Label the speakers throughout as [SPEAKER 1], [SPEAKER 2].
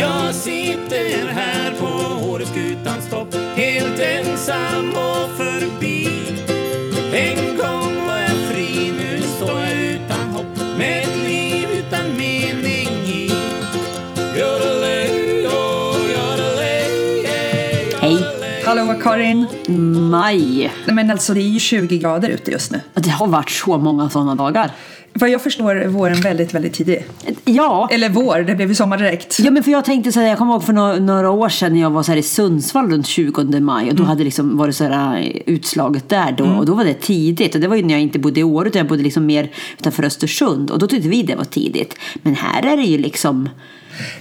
[SPEAKER 1] Jag sitter här på Åreskutans topp Helt ensam och förbi En gång var jag fri, nu står jag utan hopp Med ett liv utan mening i Yodelay, oh, yodelay, yeah,
[SPEAKER 2] Hej.
[SPEAKER 1] yodelay.
[SPEAKER 3] Hallå Karin!
[SPEAKER 2] Maj.
[SPEAKER 3] Nej men alltså det är ju 20 grader ute just nu.
[SPEAKER 2] Det har varit så många sådana dagar.
[SPEAKER 3] Vad jag förstår är våren väldigt, väldigt tidig.
[SPEAKER 2] Ja.
[SPEAKER 3] Eller vår, det blev ju sommar direkt.
[SPEAKER 2] Ja, men för jag tänkte så här, jag kommer ihåg för några, några år sedan när jag var så här i Sundsvall runt 20 maj och
[SPEAKER 3] Mm.
[SPEAKER 2] då hade det liksom varit så här eh, utslaget där då och då var det tidigt och det var ju när jag inte bodde i Åre utan jag bodde liksom mer utanför Östersund och då tyckte vi det var tidigt. Men här är det ju liksom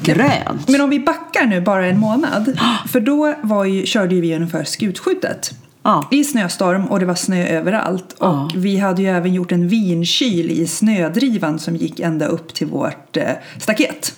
[SPEAKER 2] grönt.
[SPEAKER 3] Men om vi backar nu bara en månad, för då var ju, körde ju vi ungefär skutskjutet.
[SPEAKER 2] Ja.
[SPEAKER 3] I snöstorm och det var snö överallt. Och
[SPEAKER 2] Ja.
[SPEAKER 3] vi hade ju även gjort en vinkyl i snödrivan som gick ända upp till vårt eh, staket.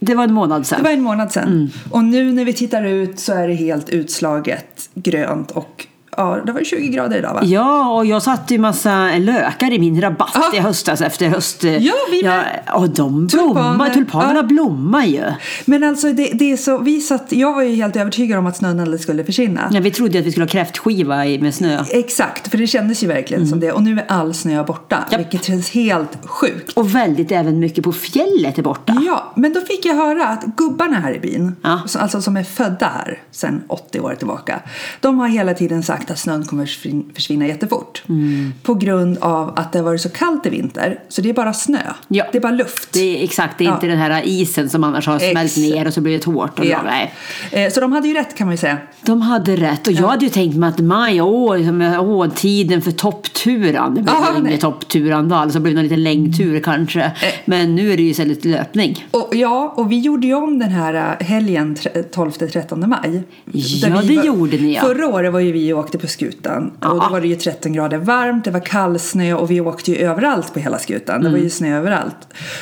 [SPEAKER 2] Det var en månad
[SPEAKER 3] Det
[SPEAKER 2] sedan.
[SPEAKER 3] var en månad sedan.
[SPEAKER 2] Mm.
[SPEAKER 3] Och nu när vi tittar ut så är det helt utslaget grönt och ja, det var 20 grader idag va?
[SPEAKER 2] Ja, och jag satte ju massa lökar i min rabatt
[SPEAKER 3] Ja.
[SPEAKER 2] i höstas efter höst...
[SPEAKER 3] Ah. Ja, vi med.
[SPEAKER 2] ja, och de
[SPEAKER 3] Tulpaner. Ah.
[SPEAKER 2] blommar, tulpanerna
[SPEAKER 3] Ja.
[SPEAKER 2] blommar ju.
[SPEAKER 3] Men alltså det, det är så, vi satt, jag var ju helt övertygad om att snön aldrig skulle försvinna.
[SPEAKER 2] Ja, vi trodde ju att vi skulle ha kräftskiva i- med snö.
[SPEAKER 3] Exakt, för det kändes ju verkligen som det. Och nu är all snö borta,
[SPEAKER 2] Mm. Japp.
[SPEAKER 3] vilket känns helt sjukt.
[SPEAKER 2] Och väldigt även mycket på fjället är borta.
[SPEAKER 3] Ja, men då fick jag höra att gubbarna här i byn,
[SPEAKER 2] Ja.
[SPEAKER 3] så- alltså som är födda här sedan 80 år tillbaka, de har hela tiden sagt att snön kommer försvin- försvinna jättefort.
[SPEAKER 2] Mm.
[SPEAKER 3] På grund av att det har varit så kallt i vinter, så det är bara snö.
[SPEAKER 2] Ja.
[SPEAKER 3] Det är bara luft.
[SPEAKER 2] Det är exakt, det är
[SPEAKER 3] Ja.
[SPEAKER 2] inte den här isen som annars har smält
[SPEAKER 3] Exakt.
[SPEAKER 2] ner och så blivit hårt. Och
[SPEAKER 3] Ja.
[SPEAKER 2] bra. Nej.
[SPEAKER 3] Eh, Så de hade ju rätt kan man ju säga.
[SPEAKER 2] De hade rätt och jag hade ju tänkt mig att maj, åh, liksom, åh tiden för toppturan. Det blev
[SPEAKER 3] Aha,
[SPEAKER 2] väl ingen
[SPEAKER 3] nej. Mm. Eh.
[SPEAKER 2] toppturan då, alltså det blev det en liten längdtur kanske. Men nu är det ju istället löpning.
[SPEAKER 3] Och, ja, och vi gjorde ju om den här eh, helgen tre- 12-13 maj.
[SPEAKER 2] Ja,
[SPEAKER 3] Där vi
[SPEAKER 2] det gjorde ni, ja.
[SPEAKER 3] Förra året var ju vi och åkte på skutan. Och
[SPEAKER 2] Ja.
[SPEAKER 3] då var det ju 13 grader varmt, det var kallsnö och vi åkte ju överallt på hela skutan. Det var
[SPEAKER 2] Mm.
[SPEAKER 3] ju snö överallt.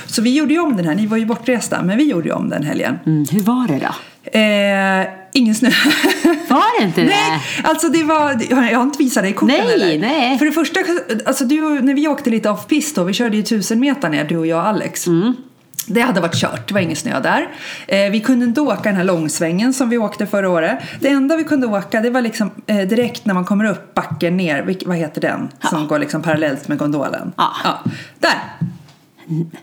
[SPEAKER 3] Så vi gjorde ju om den här, ni var ju bortresta, men vi gjorde ju om den helgen.
[SPEAKER 2] Mm, hur var det då?
[SPEAKER 3] Eh, ingen snö.
[SPEAKER 2] Var det inte det?
[SPEAKER 3] Nej, alltså det var, jag har inte visat dig korten
[SPEAKER 2] Nej,
[SPEAKER 3] eller?
[SPEAKER 2] nej.
[SPEAKER 3] För det första, alltså du, när vi åkte lite off-pist då, vi körde ju tusen meter ner du och jag och Alex.
[SPEAKER 2] Mm.
[SPEAKER 3] Det hade varit kört, det var ingen snö där. Eh, vi kunde inte åka den här långsvängen som vi åkte förra året. Det enda vi kunde åka det var liksom eh, direkt när man kommer upp backen ner, vilk, vad heter den? Som går liksom parallellt med gondolen.
[SPEAKER 2] Ja.
[SPEAKER 3] Där,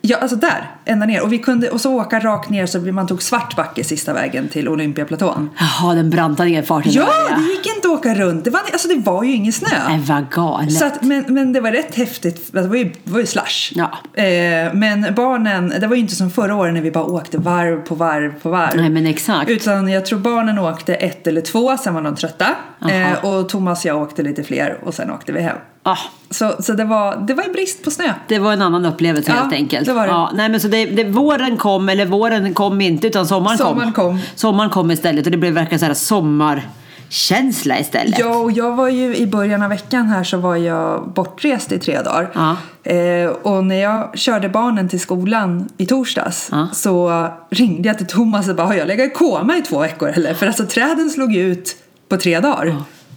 [SPEAKER 3] Ja, alltså där, ända ner. Och, vi kunde, och så åka rakt ner så man tog svart backe sista vägen till Olympiaplatån.
[SPEAKER 2] Jaha, den branta nedfarten
[SPEAKER 3] Ja,
[SPEAKER 2] där,
[SPEAKER 3] det gick inte att åka runt. Det var, alltså det var ju ingen
[SPEAKER 2] Nej,
[SPEAKER 3] snö.
[SPEAKER 2] vad galet.
[SPEAKER 3] Så att, men, men det var rätt häftigt. Det var ju, det var ju slush.
[SPEAKER 2] Ja.
[SPEAKER 3] Eh, men barnen, det var ju inte som förra året när vi bara åkte varv på varv på varv.
[SPEAKER 2] Nej, men exakt.
[SPEAKER 3] Utan jag tror barnen åkte ett eller två, sen var de trötta.
[SPEAKER 2] Aha.
[SPEAKER 3] Eh, och Thomas och jag åkte lite fler och sen åkte vi hem.
[SPEAKER 2] Ah.
[SPEAKER 3] Så, så det var, det var ju brist på snö.
[SPEAKER 2] Det var en annan upplevelse
[SPEAKER 3] Ja,
[SPEAKER 2] helt enkelt.
[SPEAKER 3] det var det.
[SPEAKER 2] Ja, nej, men så det, det, våren kom, eller våren kom inte utan sommaren,
[SPEAKER 3] Sommaren kom.
[SPEAKER 2] Sommaren kom istället och det blev verkligen så här sommarkänsla istället.
[SPEAKER 3] Ja, och jag var ju i början av veckan här så var jag bortrest i tre dagar.
[SPEAKER 2] Ja.
[SPEAKER 3] Eh, och när jag körde barnen till skolan i torsdags
[SPEAKER 2] Ja.
[SPEAKER 3] så ringde jag till Thomas och bara har jag legat i koma i två veckor eller? För alltså träden slog ju ut på tre dagar.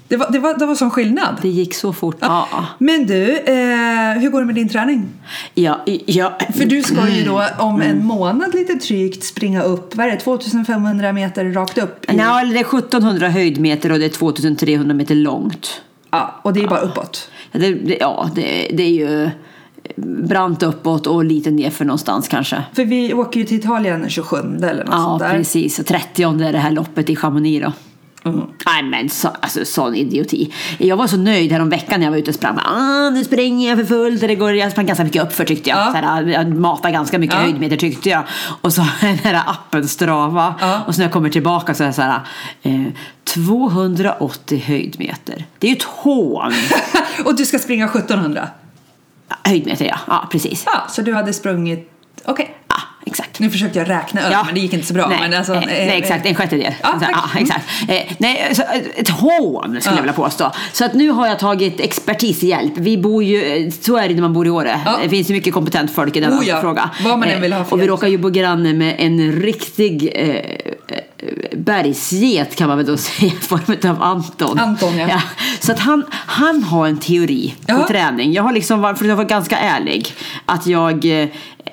[SPEAKER 3] Det, var, det, var, det var sån skillnad.
[SPEAKER 2] Det gick så fort. Ja. Ja.
[SPEAKER 3] Men du, eh, hur går det med din träning? Mm.
[SPEAKER 2] Ja, ja.
[SPEAKER 3] För du ska ju då om en månad lite drygt springa upp, vad är det, 2500 meter rakt upp? i-
[SPEAKER 2] Nej, eller det är 1700 höjdmeter och det är 2300 meter långt.
[SPEAKER 3] Ja, och det är bara uppåt.
[SPEAKER 2] Ja, det, det, ja, det, det är ju brant uppåt och lite nerför någonstans kanske.
[SPEAKER 3] För vi åker ju till Italien den 27 eller något
[SPEAKER 2] Ja,
[SPEAKER 3] sånt där.
[SPEAKER 2] precis. Och 30 är det här loppet i Chamonix då.
[SPEAKER 3] Mm.
[SPEAKER 2] Nej men så, alltså, sån idioti. Jag var så nöjd häromveckan när jag var ute och sprang. Ah, nu springer jag för fullt. Det går, jag sprang ganska mycket uppför tyckte jag.
[SPEAKER 3] Ja.
[SPEAKER 2] Så här, jag matade ganska mycket
[SPEAKER 3] Ja.
[SPEAKER 2] höjdmeter tyckte jag. Och så den här appen Strava.
[SPEAKER 3] Ja.
[SPEAKER 2] Och så när jag kommer tillbaka så är jag så här. Eh, 280 höjdmeter. Det är ju ett hån.
[SPEAKER 3] och du ska springa 1700?
[SPEAKER 2] Ja, höjdmeter ja. Ja precis.
[SPEAKER 3] Ja, så du hade sprungit... Okej.
[SPEAKER 2] Ja, exakt.
[SPEAKER 3] Nu försökte jag räkna över, men det gick inte så bra.
[SPEAKER 2] Nej,
[SPEAKER 3] men alltså,
[SPEAKER 2] eh,
[SPEAKER 3] eh,
[SPEAKER 2] nej exakt,
[SPEAKER 3] eh,
[SPEAKER 2] en sjättedel.
[SPEAKER 3] Ja,
[SPEAKER 2] Alltså,
[SPEAKER 3] tack.
[SPEAKER 2] ja, exakt. Eh, nej, så, eh, ett hån skulle jag vilja påstå. Så att nu har jag tagit expertishjälp. Vi bor ju, eh, så är det när man bor i Åre.
[SPEAKER 3] Ja.
[SPEAKER 2] Det finns ju mycket kompetent folk i denna
[SPEAKER 3] Oh ja,
[SPEAKER 2] fråga.
[SPEAKER 3] vad man än vill ha
[SPEAKER 2] Eh,
[SPEAKER 3] för
[SPEAKER 2] och vi
[SPEAKER 3] hjälp.
[SPEAKER 2] råkar ju bo granne med en riktig eh, eh, bergsget kan man väl då säga, i form av Anton.
[SPEAKER 3] Anton, ja.
[SPEAKER 2] Så att han, han har en teori på
[SPEAKER 3] Ja.
[SPEAKER 2] träning. Jag har liksom varit, för att vara ganska ärlig, att jag eh,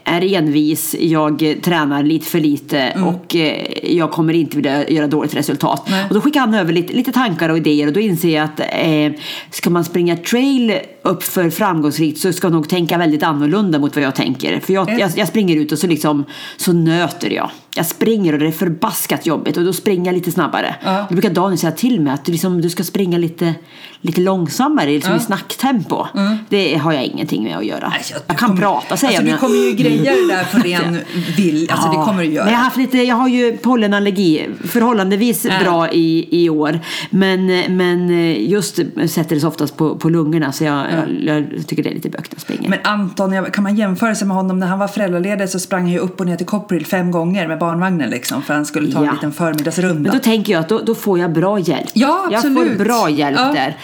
[SPEAKER 2] är envis, jag eh, tränar lite för lite och eh, jag kommer inte vilja göra dåligt resultat.
[SPEAKER 3] Nej.
[SPEAKER 2] Och då skickar han över lite, lite tankar och idéer och då inser jag att eh, ska man springa trail upp för framgångsrikt så ska jag nog tänka väldigt annorlunda mot vad jag tänker. För jag,
[SPEAKER 3] Mm.
[SPEAKER 2] jag, jag springer ut och så liksom så nöter jag. Jag springer och det är förbaskat jobbigt och då springer jag lite snabbare.
[SPEAKER 3] Ja.
[SPEAKER 2] Då brukar Daniel säga till mig att du, liksom, du ska springa lite, lite långsammare liksom
[SPEAKER 3] Ja. Mm.
[SPEAKER 2] i snacktempo. Det har jag ingenting med att göra.
[SPEAKER 3] Nej,
[SPEAKER 2] jag, kan
[SPEAKER 3] alltså, kommer-
[SPEAKER 2] prata säger
[SPEAKER 3] alltså,
[SPEAKER 2] jag.
[SPEAKER 3] Du kommer ju greja det där på ren vill. Alltså det
[SPEAKER 2] Ja.
[SPEAKER 3] kommer du göra.
[SPEAKER 2] Men jag, har haft lite, jag har ju pollenallergi, förhållandevis
[SPEAKER 3] Ja.
[SPEAKER 2] bra i, i år. Men, men just sätter det sig oftast på, på lungorna så jag, jag, jag tycker det är lite bökigt att springa.
[SPEAKER 3] Men Anton, jag- kan man jämföra sig med honom? När han var föräldraledig så sprang han ju upp och ner till Copperhill fem gånger med barnvagnen liksom för han skulle ta en
[SPEAKER 2] Ja.
[SPEAKER 3] liten förmiddagsrunda.
[SPEAKER 2] Men då tänker jag att då, då får jag bra hjälp.
[SPEAKER 3] Ja,
[SPEAKER 2] Jag
[SPEAKER 3] absolut.
[SPEAKER 2] får bra hjälp
[SPEAKER 3] Ja.
[SPEAKER 2] där.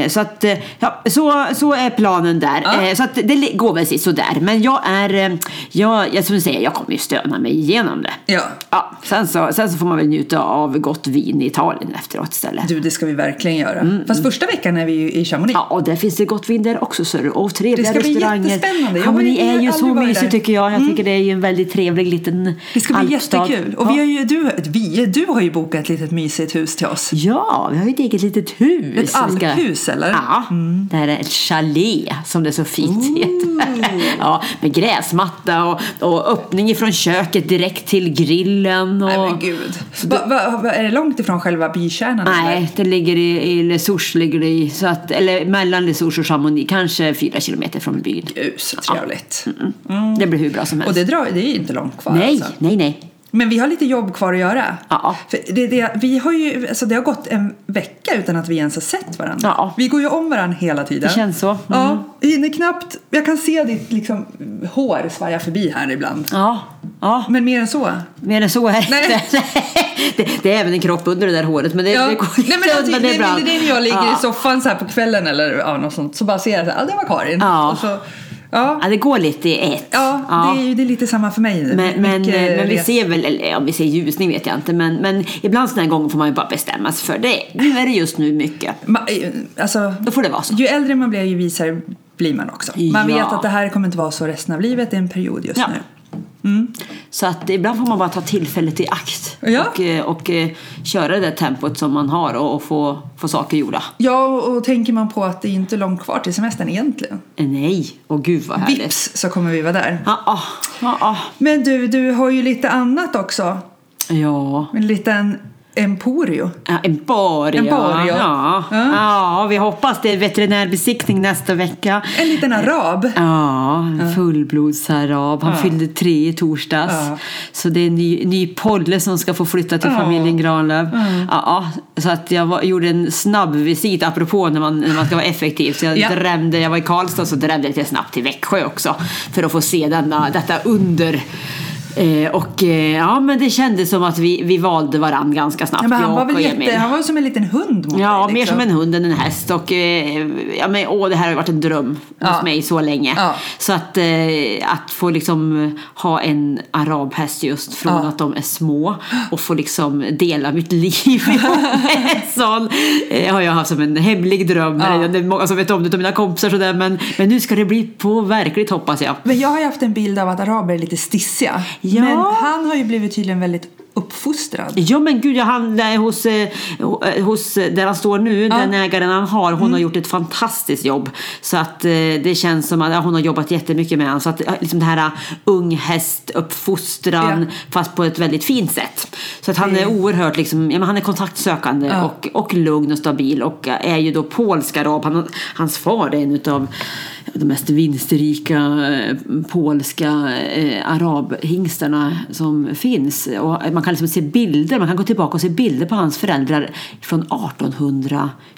[SPEAKER 2] Eh, så, att, eh, ja, så, så är planen där.
[SPEAKER 3] Ja.
[SPEAKER 2] Eh, så att det li- går väl sådär. Men jag är, eh, jag, jag, som du säger, jag kommer ju stöna mig igenom det.
[SPEAKER 3] Ja.
[SPEAKER 2] Ja, sen, så, sen så får man väl njuta av gott vin i Italien efteråt istället.
[SPEAKER 3] Du, det ska vi verkligen göra.
[SPEAKER 2] Mm,
[SPEAKER 3] Fast första veckan är vi ju i Chamonix.
[SPEAKER 2] Ja, och där finns det gott vin där också. Sir. Och trevliga
[SPEAKER 3] Det ska bli
[SPEAKER 2] restauranger.
[SPEAKER 3] jättespännande. Jag
[SPEAKER 2] Ja, men
[SPEAKER 3] har
[SPEAKER 2] ni
[SPEAKER 3] ju-
[SPEAKER 2] är ju
[SPEAKER 3] aldrig
[SPEAKER 2] så
[SPEAKER 3] varit där. Mm.
[SPEAKER 2] mysigt tycker jag. Jag tycker det är ju en väldigt trevlig liten
[SPEAKER 3] Det ska bli
[SPEAKER 2] alpstad.
[SPEAKER 3] jättekul. Och vi har ju, du, vi, du har ju bokat ett litet mysigt hus till oss.
[SPEAKER 2] Ja, vi har ju ett eget litet hus.
[SPEAKER 3] Ett
[SPEAKER 2] Vi ska-
[SPEAKER 3] alphus, eller? Mm.
[SPEAKER 2] Ja, det här är ett chalet som det så fint heter. Ja, med gräsmatta och, och öppning ifrån köket direkt till grillen. Och...
[SPEAKER 3] Nej men gud. Va, va, va, är det långt ifrån själva bykärnan? eller?
[SPEAKER 2] Nej, det ligger i, i Lesurs, ligger det i, så att, eller mellan Lesurs och Chamonix, kanske fyra kilometer från byn.
[SPEAKER 3] Gud, så trevligt.
[SPEAKER 2] Det blir hur bra som helst.
[SPEAKER 3] Mm. Och det, drar, det är ju inte långt kvar
[SPEAKER 2] nej,
[SPEAKER 3] alltså.
[SPEAKER 2] nej, nej.
[SPEAKER 3] Men vi har lite jobb kvar att göra.
[SPEAKER 2] Ja.
[SPEAKER 3] För det, det, vi har ju, alltså det har gått en vecka utan att vi ens har sett varandra.
[SPEAKER 2] Ja.
[SPEAKER 3] Vi går ju om varandra hela tiden.
[SPEAKER 2] Det känns så. Mm.
[SPEAKER 3] Ja, hinner knappt. Jag kan se ditt liksom, hår svaja förbi här ibland.
[SPEAKER 2] Ja, ja.
[SPEAKER 3] Men mer än så.
[SPEAKER 2] Mer än så är det
[SPEAKER 3] Nej.
[SPEAKER 2] inte. det, det är även en kropp under det där håret, men det,
[SPEAKER 3] Ja.
[SPEAKER 2] det går lite
[SPEAKER 3] Nej, men alltså,
[SPEAKER 2] undan
[SPEAKER 3] det,
[SPEAKER 2] ibland.
[SPEAKER 3] det, det är när jag ligger
[SPEAKER 2] ja.
[SPEAKER 3] i soffan så här på kvällen eller ja, något sånt så bara ser jag att ah, det var Karin.
[SPEAKER 2] Ja.
[SPEAKER 3] Och så, ja.
[SPEAKER 2] Ja, det går lite i ett.
[SPEAKER 3] Ja, Det, är, ju- det är lite samma för mig nu.
[SPEAKER 2] Men, men, eh,
[SPEAKER 3] Mycket
[SPEAKER 2] men vi
[SPEAKER 3] res-
[SPEAKER 2] ser väl, eller ja, om vi ser ljusning vet jag inte, men, men ibland sådana här gånger får man ju bara bestämma sig för det. Nu är det just nu mycket.
[SPEAKER 3] Ma- eh, alltså,
[SPEAKER 2] Då får det vara så.
[SPEAKER 3] ju äldre man blir ju visare blir man också. Man
[SPEAKER 2] Ja.
[SPEAKER 3] vet att det här kommer inte vara så resten av livet, det är en period just
[SPEAKER 2] Ja.
[SPEAKER 3] nu.
[SPEAKER 2] Så att ibland får man bara ta tillfället i akt
[SPEAKER 3] Ja.
[SPEAKER 2] och, eh, och eh, köra det där tempot som man har och, och få, få saker gjorda.
[SPEAKER 3] Ja, och och tänker man på att det är inte är långt kvar till semestern egentligen.
[SPEAKER 2] Eh, Nej, och gud vad härligt.
[SPEAKER 3] Vips så kommer vi vara där.
[SPEAKER 2] Ja, ah, ah, ah.
[SPEAKER 3] Men du, du har ju lite annat också.
[SPEAKER 2] ja.
[SPEAKER 3] En liten emporio.
[SPEAKER 2] Ja, En bar,
[SPEAKER 3] En
[SPEAKER 2] ja.
[SPEAKER 3] bar, ja.
[SPEAKER 2] Ja.
[SPEAKER 3] Ja.
[SPEAKER 2] ja, vi hoppas det är veterinärbesiktning nästa vecka.
[SPEAKER 3] En liten arab.
[SPEAKER 2] Ja, en fullblodsarab. Han fyllde tre i torsdags.
[SPEAKER 3] Ja.
[SPEAKER 2] Så det är en ny, ny polle som ska få flytta till
[SPEAKER 3] Ja.
[SPEAKER 2] familjen Granlöf. Ja, så att jag var, gjorde en snabb visit, apropå när man, när man ska vara effektiv. Så jag
[SPEAKER 3] Ja.
[SPEAKER 2] drömde, jag var i Karlstad så drömde jag lite snabbt till Växjö också. För att få se denna, detta under. Eh, och eh, ja, men det kändes som att vi, vi valde varandra ganska snabbt.
[SPEAKER 3] Ja, men han
[SPEAKER 2] jag
[SPEAKER 3] var
[SPEAKER 2] och
[SPEAKER 3] väl
[SPEAKER 2] Emil.
[SPEAKER 3] jätte, han var som en liten hund mot
[SPEAKER 2] Ja,
[SPEAKER 3] dig,
[SPEAKER 2] mer
[SPEAKER 3] liksom.
[SPEAKER 2] som en hund än en häst. Och, eh, ja, men, åh, det här har ju varit en dröm
[SPEAKER 3] Ja.
[SPEAKER 2] hos mig så länge.
[SPEAKER 3] Ja.
[SPEAKER 2] Så att, eh, att få liksom ha en arabhäst just från
[SPEAKER 3] Ja.
[SPEAKER 2] att de är små och få liksom dela mitt liv med en sån eh, har jag haft som en hemlig dröm.
[SPEAKER 3] Ja.
[SPEAKER 2] Eller, Det är många som vet om det, av mina kompisar sådär. Men, men nu ska det bli på verkligt hoppas jag.
[SPEAKER 3] Men jag har ju haft en bild av att araber är lite stissiga.
[SPEAKER 2] Ja.
[SPEAKER 3] Men han har ju blivit tydligen väldigt uppfostrad.
[SPEAKER 2] Ja men gud, jag han, där, hos, eh, ho- eh, hos eh, där han står nu, den ägaren han har, hon
[SPEAKER 3] Mm.
[SPEAKER 2] har gjort ett fantastiskt jobb. Så att eh, det känns som att ja, hon har jobbat jättemycket med honom. Så att eh, liksom det här eh, ung hästuppfostran
[SPEAKER 3] Ja.
[SPEAKER 2] fast på ett väldigt fint sätt. Så att han
[SPEAKER 3] Det-
[SPEAKER 2] är oerhört liksom, ja, men han är kontaktsökande
[SPEAKER 3] Ja.
[SPEAKER 2] eh, och, och lugn och stabil och eh, är ju då polsk arab. Han, hans far är en av de mest vinstrika eh, polska eh, arabhingstarna som finns. Och man kan liksom se bilder, man kan gå tillbaka och se bilder på hans föräldrar från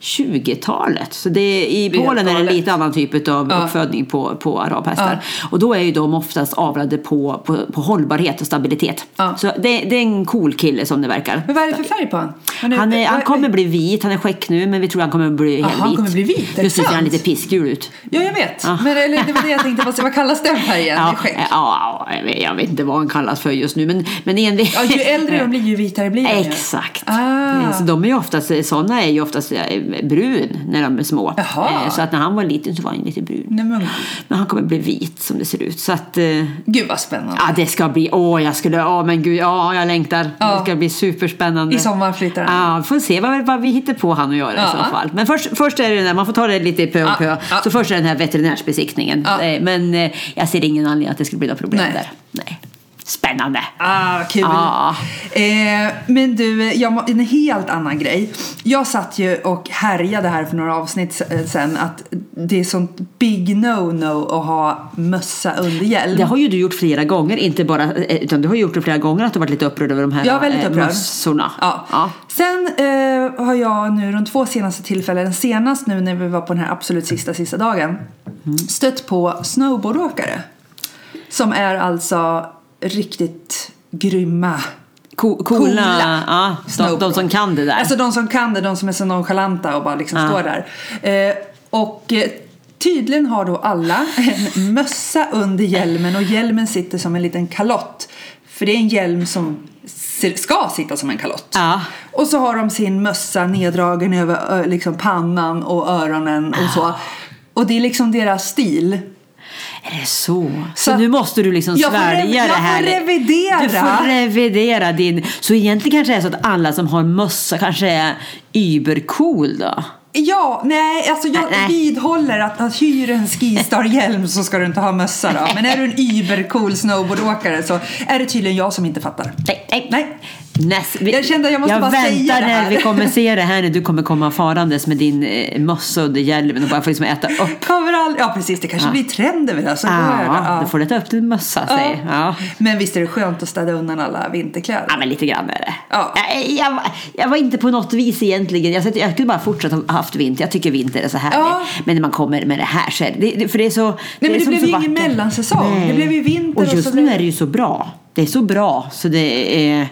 [SPEAKER 2] 1820-talet. Så det, i
[SPEAKER 3] är helt
[SPEAKER 2] Polen är det
[SPEAKER 3] galet.
[SPEAKER 2] lite annan typ av
[SPEAKER 3] Ja.
[SPEAKER 2] uppfödning på, på arabhästar. Och då är ju de oftast avlade på, på, på hållbarhet och stabilitet.
[SPEAKER 3] Ja.
[SPEAKER 2] Så det, det är en cool kille som det verkar.
[SPEAKER 3] Men vad är det för färg på han? är-
[SPEAKER 2] Han, är, han
[SPEAKER 3] vad-
[SPEAKER 2] kommer bli vit, han är skäck nu men vi tror han kommer bli helt
[SPEAKER 3] Jaha, han
[SPEAKER 2] vit.
[SPEAKER 3] kommer bli vit, är det
[SPEAKER 2] Just nu ser han
[SPEAKER 3] sant?
[SPEAKER 2] lite piskgul ut.
[SPEAKER 3] Ja, jag vet. vet. Men, eller, det var det jag tänkte, vad, vad kallas den färgen?
[SPEAKER 2] Ja,
[SPEAKER 3] Skäck.
[SPEAKER 2] ja, ja, jag vet- jag vet inte vad han kallas för just nu. Men, men envi...
[SPEAKER 3] Ja, ju äldre de blir ju vitare blir de ju.
[SPEAKER 2] Exakt.
[SPEAKER 3] Ah.
[SPEAKER 2] Eh, Så de är ju oftast, sådana är ju oftast eh, brun när de är små.
[SPEAKER 3] Jaha.
[SPEAKER 2] Eh, Så att när han var liten så var han lite brun.
[SPEAKER 3] Nej, men,
[SPEAKER 2] Men han kommer bli vit som det ser ut. Så att, eh,
[SPEAKER 3] gud vad spännande.
[SPEAKER 2] ja det ska bli, åh jag skulle, ja men gud, ja jag längtar.
[SPEAKER 3] Ja.
[SPEAKER 2] Det ska bli superspännande.
[SPEAKER 3] I sommar flyttar han.
[SPEAKER 2] Ja, vi får se vad, vad vi hittar på han och jag i
[SPEAKER 3] Ja.
[SPEAKER 2] så fall. Men först, först är det den här, man får ta det lite pö om
[SPEAKER 3] Ja,
[SPEAKER 2] pö.
[SPEAKER 3] ja.
[SPEAKER 2] Så först är den här veterinärsbesiktningen.
[SPEAKER 3] Ja.
[SPEAKER 2] Eh, Men eh, jag ser ingen anledning att det skulle bli några problem
[SPEAKER 3] Nej.
[SPEAKER 2] där. Nej. Spännande.
[SPEAKER 3] Ah, vad kul.
[SPEAKER 2] Ja.
[SPEAKER 3] Eh, men du, jag må, en helt annan grej. Jag satt ju och härjade här för några avsnitt eh, sen att det är sånt big no-no att ha mössa under hjälm.
[SPEAKER 2] Det har ju du gjort flera gånger, inte bara, eh, utan du har gjort det flera gånger att du varit lite upprörd över de här
[SPEAKER 3] Jag är väldigt
[SPEAKER 2] eh,
[SPEAKER 3] upprörd.
[SPEAKER 2] mössorna.
[SPEAKER 3] Ja. Sen eh, har jag nu de två senaste tillfällena, senast nu när vi var på den här absolut sista, sista dagen,
[SPEAKER 2] Mm.
[SPEAKER 3] stött på snowboardåkare. Som är alltså riktigt grymma.
[SPEAKER 2] Co- coola, ja, de, de
[SPEAKER 3] snowboard.
[SPEAKER 2] som kan det där.
[SPEAKER 3] Alltså de som kan det, de som är så nonchalanta och bara liksom står där. Eh, och eh, tydligen har då alla en mössa under hjälmen och hjälmen sitter som en liten kalott. För det är en hjälm som ser- ska sitta som en kalott.
[SPEAKER 2] Ja.
[SPEAKER 3] Och så har de sin mössa neddragen över ö, liksom, pannan och öronen och
[SPEAKER 2] Ah.
[SPEAKER 3] så. Och det är liksom deras stil.
[SPEAKER 2] Är det så? Så,
[SPEAKER 3] Så-
[SPEAKER 2] nu måste du liksom
[SPEAKER 3] Jag får
[SPEAKER 2] svälja
[SPEAKER 3] rev-
[SPEAKER 2] det
[SPEAKER 3] jag får
[SPEAKER 2] här.
[SPEAKER 3] revidera.
[SPEAKER 2] Du får revidera din. Så egentligen kanske det är så att alla som har mössa kanske är übercool då?
[SPEAKER 3] Ja, nej, alltså jag
[SPEAKER 2] Nej.
[SPEAKER 3] vidhåller att, att hyr en Skistar-hjälm så ska du inte ha mössa då. Men är du en übercool snowboardåkare så är det tydligen jag som inte fattar.
[SPEAKER 2] Nej, nej.
[SPEAKER 3] Nej.
[SPEAKER 2] Näs, vi,
[SPEAKER 3] Jag kände att jag måste bara säga
[SPEAKER 2] väntar
[SPEAKER 3] det här.
[SPEAKER 2] när vi kommer se det här när du kommer komma farandes med din eh, mössa under hjälmen och bara får liksom äta upp.
[SPEAKER 3] Kommer all... Ja, precis, det kanske blir trend över det. här, Så då är det.
[SPEAKER 2] Ja,
[SPEAKER 3] Ja.
[SPEAKER 2] då får du äta upp din mössa säger jag. ja.
[SPEAKER 3] Men visst är det skönt att städa undan alla vinterkläder?
[SPEAKER 2] Ja men lite grann är det.
[SPEAKER 3] Ja.
[SPEAKER 2] Jag, jag, jag var inte på något vis egentligen, jag, satt- jag skulle bara fortsätta ha haft vinter. Jag tycker vinter är så härlig.
[SPEAKER 3] Ja.
[SPEAKER 2] Men när man kommer med det här så är det- det, för det är så Nej
[SPEAKER 3] men det
[SPEAKER 2] är som
[SPEAKER 3] blev
[SPEAKER 2] så
[SPEAKER 3] ju ingen
[SPEAKER 2] vackert.
[SPEAKER 3] mellansäsong. Det blev ju vinter och
[SPEAKER 2] Och just
[SPEAKER 3] så blev-
[SPEAKER 2] nu är det ju så bra. Det är så bra så det är...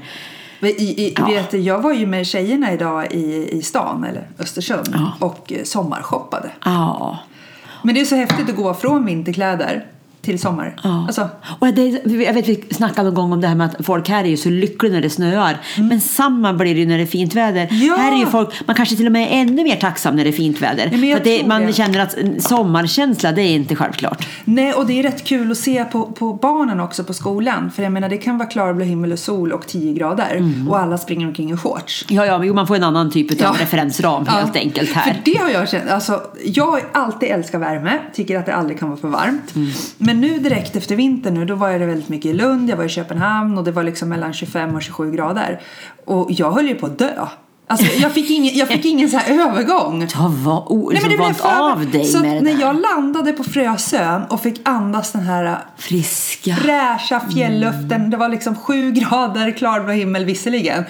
[SPEAKER 3] Men I, i, vet du, jag var ju med tjejerna idag i, i stan, eller Östersund, och eh, sommarshoppade.
[SPEAKER 2] Ja.
[SPEAKER 3] Men det är så häftigt att gå från vinterkläder till sommar.
[SPEAKER 2] Ja.
[SPEAKER 3] Alltså,
[SPEAKER 2] Och det, jag vet vi snackade någon gång om det här med att folk här är ju så lyckliga när det snöar. Men samma blir det ju när det är fint väder.
[SPEAKER 3] Mm. Ja.
[SPEAKER 2] Här är ju folk, man kanske till och med är ännu mer tacksam när det är fint väder.
[SPEAKER 3] men jag
[SPEAKER 2] För att det,
[SPEAKER 3] tror
[SPEAKER 2] man
[SPEAKER 3] det.
[SPEAKER 2] känner att en sommarkänsla, det är inte självklart.
[SPEAKER 3] nej, och det är rätt kul att se på, på barnen också på skolan. För jag menar, det kan vara klarblå himmel och sol och 10 grader. Och alla springer omkring i shorts.
[SPEAKER 2] Ja, ja, men jo, man får en annan typ Mm. av
[SPEAKER 3] Ja.
[SPEAKER 2] referensram
[SPEAKER 3] Ja.
[SPEAKER 2] helt enkelt
[SPEAKER 3] För
[SPEAKER 2] här.
[SPEAKER 3] det har jag känt. Alltså, jag har alltid älskat värme. Tycker att det aldrig kan vara för varmt.
[SPEAKER 2] Mm.
[SPEAKER 3] Men nu direkt efter vintern nu, då var jag det väldigt mycket i Lund. Jag var i Köpenhamn och det var liksom mellan 25 och 27 grader. Och jag höll ju på att dö. Alltså, jag fick ingen, jag fick ingen så här övergång.
[SPEAKER 2] Ta va, o,
[SPEAKER 3] Nej, men det blev
[SPEAKER 2] vant
[SPEAKER 3] för...
[SPEAKER 2] av dig
[SPEAKER 3] så
[SPEAKER 2] med det
[SPEAKER 3] när
[SPEAKER 2] där.
[SPEAKER 3] jag landade på Frösön och fick andas den här
[SPEAKER 2] Friska.
[SPEAKER 3] fräscha fjällluften. Det var liksom sju grader klarblå himmel visserligen.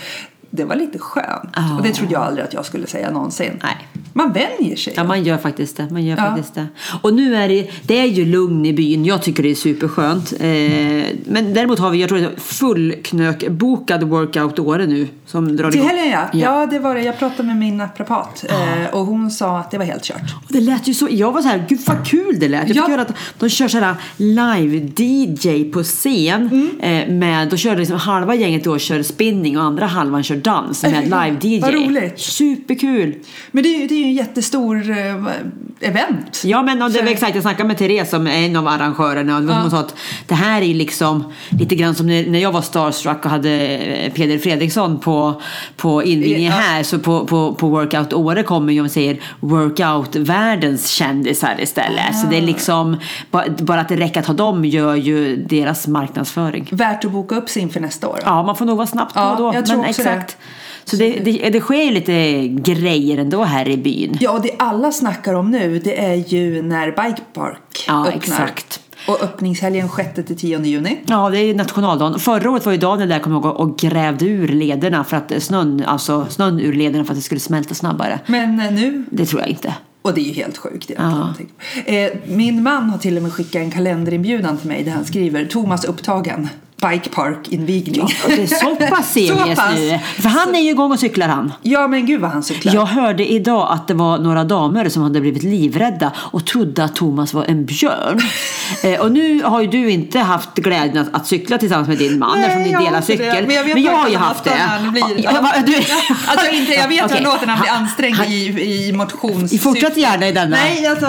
[SPEAKER 3] Det var lite skönt.
[SPEAKER 2] Ja.
[SPEAKER 3] Och det trodde jag aldrig att jag skulle säga någonsin.
[SPEAKER 2] Nej.
[SPEAKER 3] Man vänjer sig.
[SPEAKER 2] Ja, man gör faktiskt det. Man gör
[SPEAKER 3] Ja.
[SPEAKER 2] faktiskt det. Och nu är det, det är ju lugn i byn. Jag tycker det är superskönt. Eh, men däremot har vi, jag tror det är fullknökbokad workout Åre nu. Som drar
[SPEAKER 3] Till
[SPEAKER 2] igång.
[SPEAKER 3] helgen ja. ja, det var det. Jag pratade med min naprapat eh, och hon sa att det var helt kört.
[SPEAKER 2] Och Det lät ju så, jag var så här, gud vad kul det lät. Jag
[SPEAKER 3] Ja.
[SPEAKER 2] fick höra att de kör så här live-DJ på scen.
[SPEAKER 3] Mm.
[SPEAKER 2] Eh, med, då körde liksom halva gänget då kör spinning och andra halvan kör dans med live-DJ.
[SPEAKER 3] Vad roligt.
[SPEAKER 2] Superkul!
[SPEAKER 3] Men det är ju det är ju en jättestor eh, event.
[SPEAKER 2] Ja men och det
[SPEAKER 3] Så-
[SPEAKER 2] var exakt, jag snackade med Therese som är en av arrangörerna och hon sa att det här är liksom lite grann som när när jag var starstruck och hade eh, Peder Fredriksson på, på invigningen
[SPEAKER 3] Ja.
[SPEAKER 2] här så på, på, på Workout Åre kommer ju om vi säger workout-världens kändisar istället. Så
[SPEAKER 3] Ah.
[SPEAKER 2] det är liksom, ba- bara att det räcker att ha dem gör ju deras marknadsföring.
[SPEAKER 3] Värt att boka upp sig inför nästa år.
[SPEAKER 2] Ja, man får nog vara snabbt på
[SPEAKER 3] Ja,
[SPEAKER 2] då.
[SPEAKER 3] jag tror
[SPEAKER 2] men
[SPEAKER 3] också det.
[SPEAKER 2] exakt. Så det, det, det sker ju lite grejer ändå här i byn.
[SPEAKER 3] Ja, och det alla snackar om nu det är ju när Bike Park
[SPEAKER 2] Ja,
[SPEAKER 3] öppnar.
[SPEAKER 2] exakt.
[SPEAKER 3] Och öppningshelgen 6-10 juni.
[SPEAKER 2] Ja, det är ju nationaldagen. Förra året var ju Daniel där kommer jag ihåg och grävde ur lederna för att snön, alltså snön ur lederna för att det skulle smälta snabbare.
[SPEAKER 3] Men eh, nu,
[SPEAKER 2] Det tror jag inte.
[SPEAKER 3] och det är ju helt sjukt
[SPEAKER 2] Ja.
[SPEAKER 3] egentligen. tänk. Eh, min man har till och med skickat en kalenderinbjudan till mig där han skriver Thomas upptagen. Bike Park-invigning.
[SPEAKER 2] Och det är så pass seriöst nu. För han är ju igång och cyklar han.
[SPEAKER 3] Ja, men gud vad han cyklar.
[SPEAKER 2] Jag hörde idag att det var några damer som hade blivit livrädda och trodde att Thomas var en björn. eh, och nu har ju du inte haft glädjen att, att cykla tillsammans med din man
[SPEAKER 3] Nej,
[SPEAKER 2] eftersom ni
[SPEAKER 3] jag har
[SPEAKER 2] delar
[SPEAKER 3] inte det.
[SPEAKER 2] cykel.
[SPEAKER 3] Men jag vet
[SPEAKER 2] har ju
[SPEAKER 3] verkligen
[SPEAKER 2] haft det.
[SPEAKER 3] att han blir-
[SPEAKER 2] Ja, va, du...
[SPEAKER 3] Alltså inte, jag vet hur
[SPEAKER 2] Okej.
[SPEAKER 3] han låter när han blir ansträngd i, i motions...
[SPEAKER 2] I- Fortsätt gärna i denna.
[SPEAKER 3] Nej, alltså...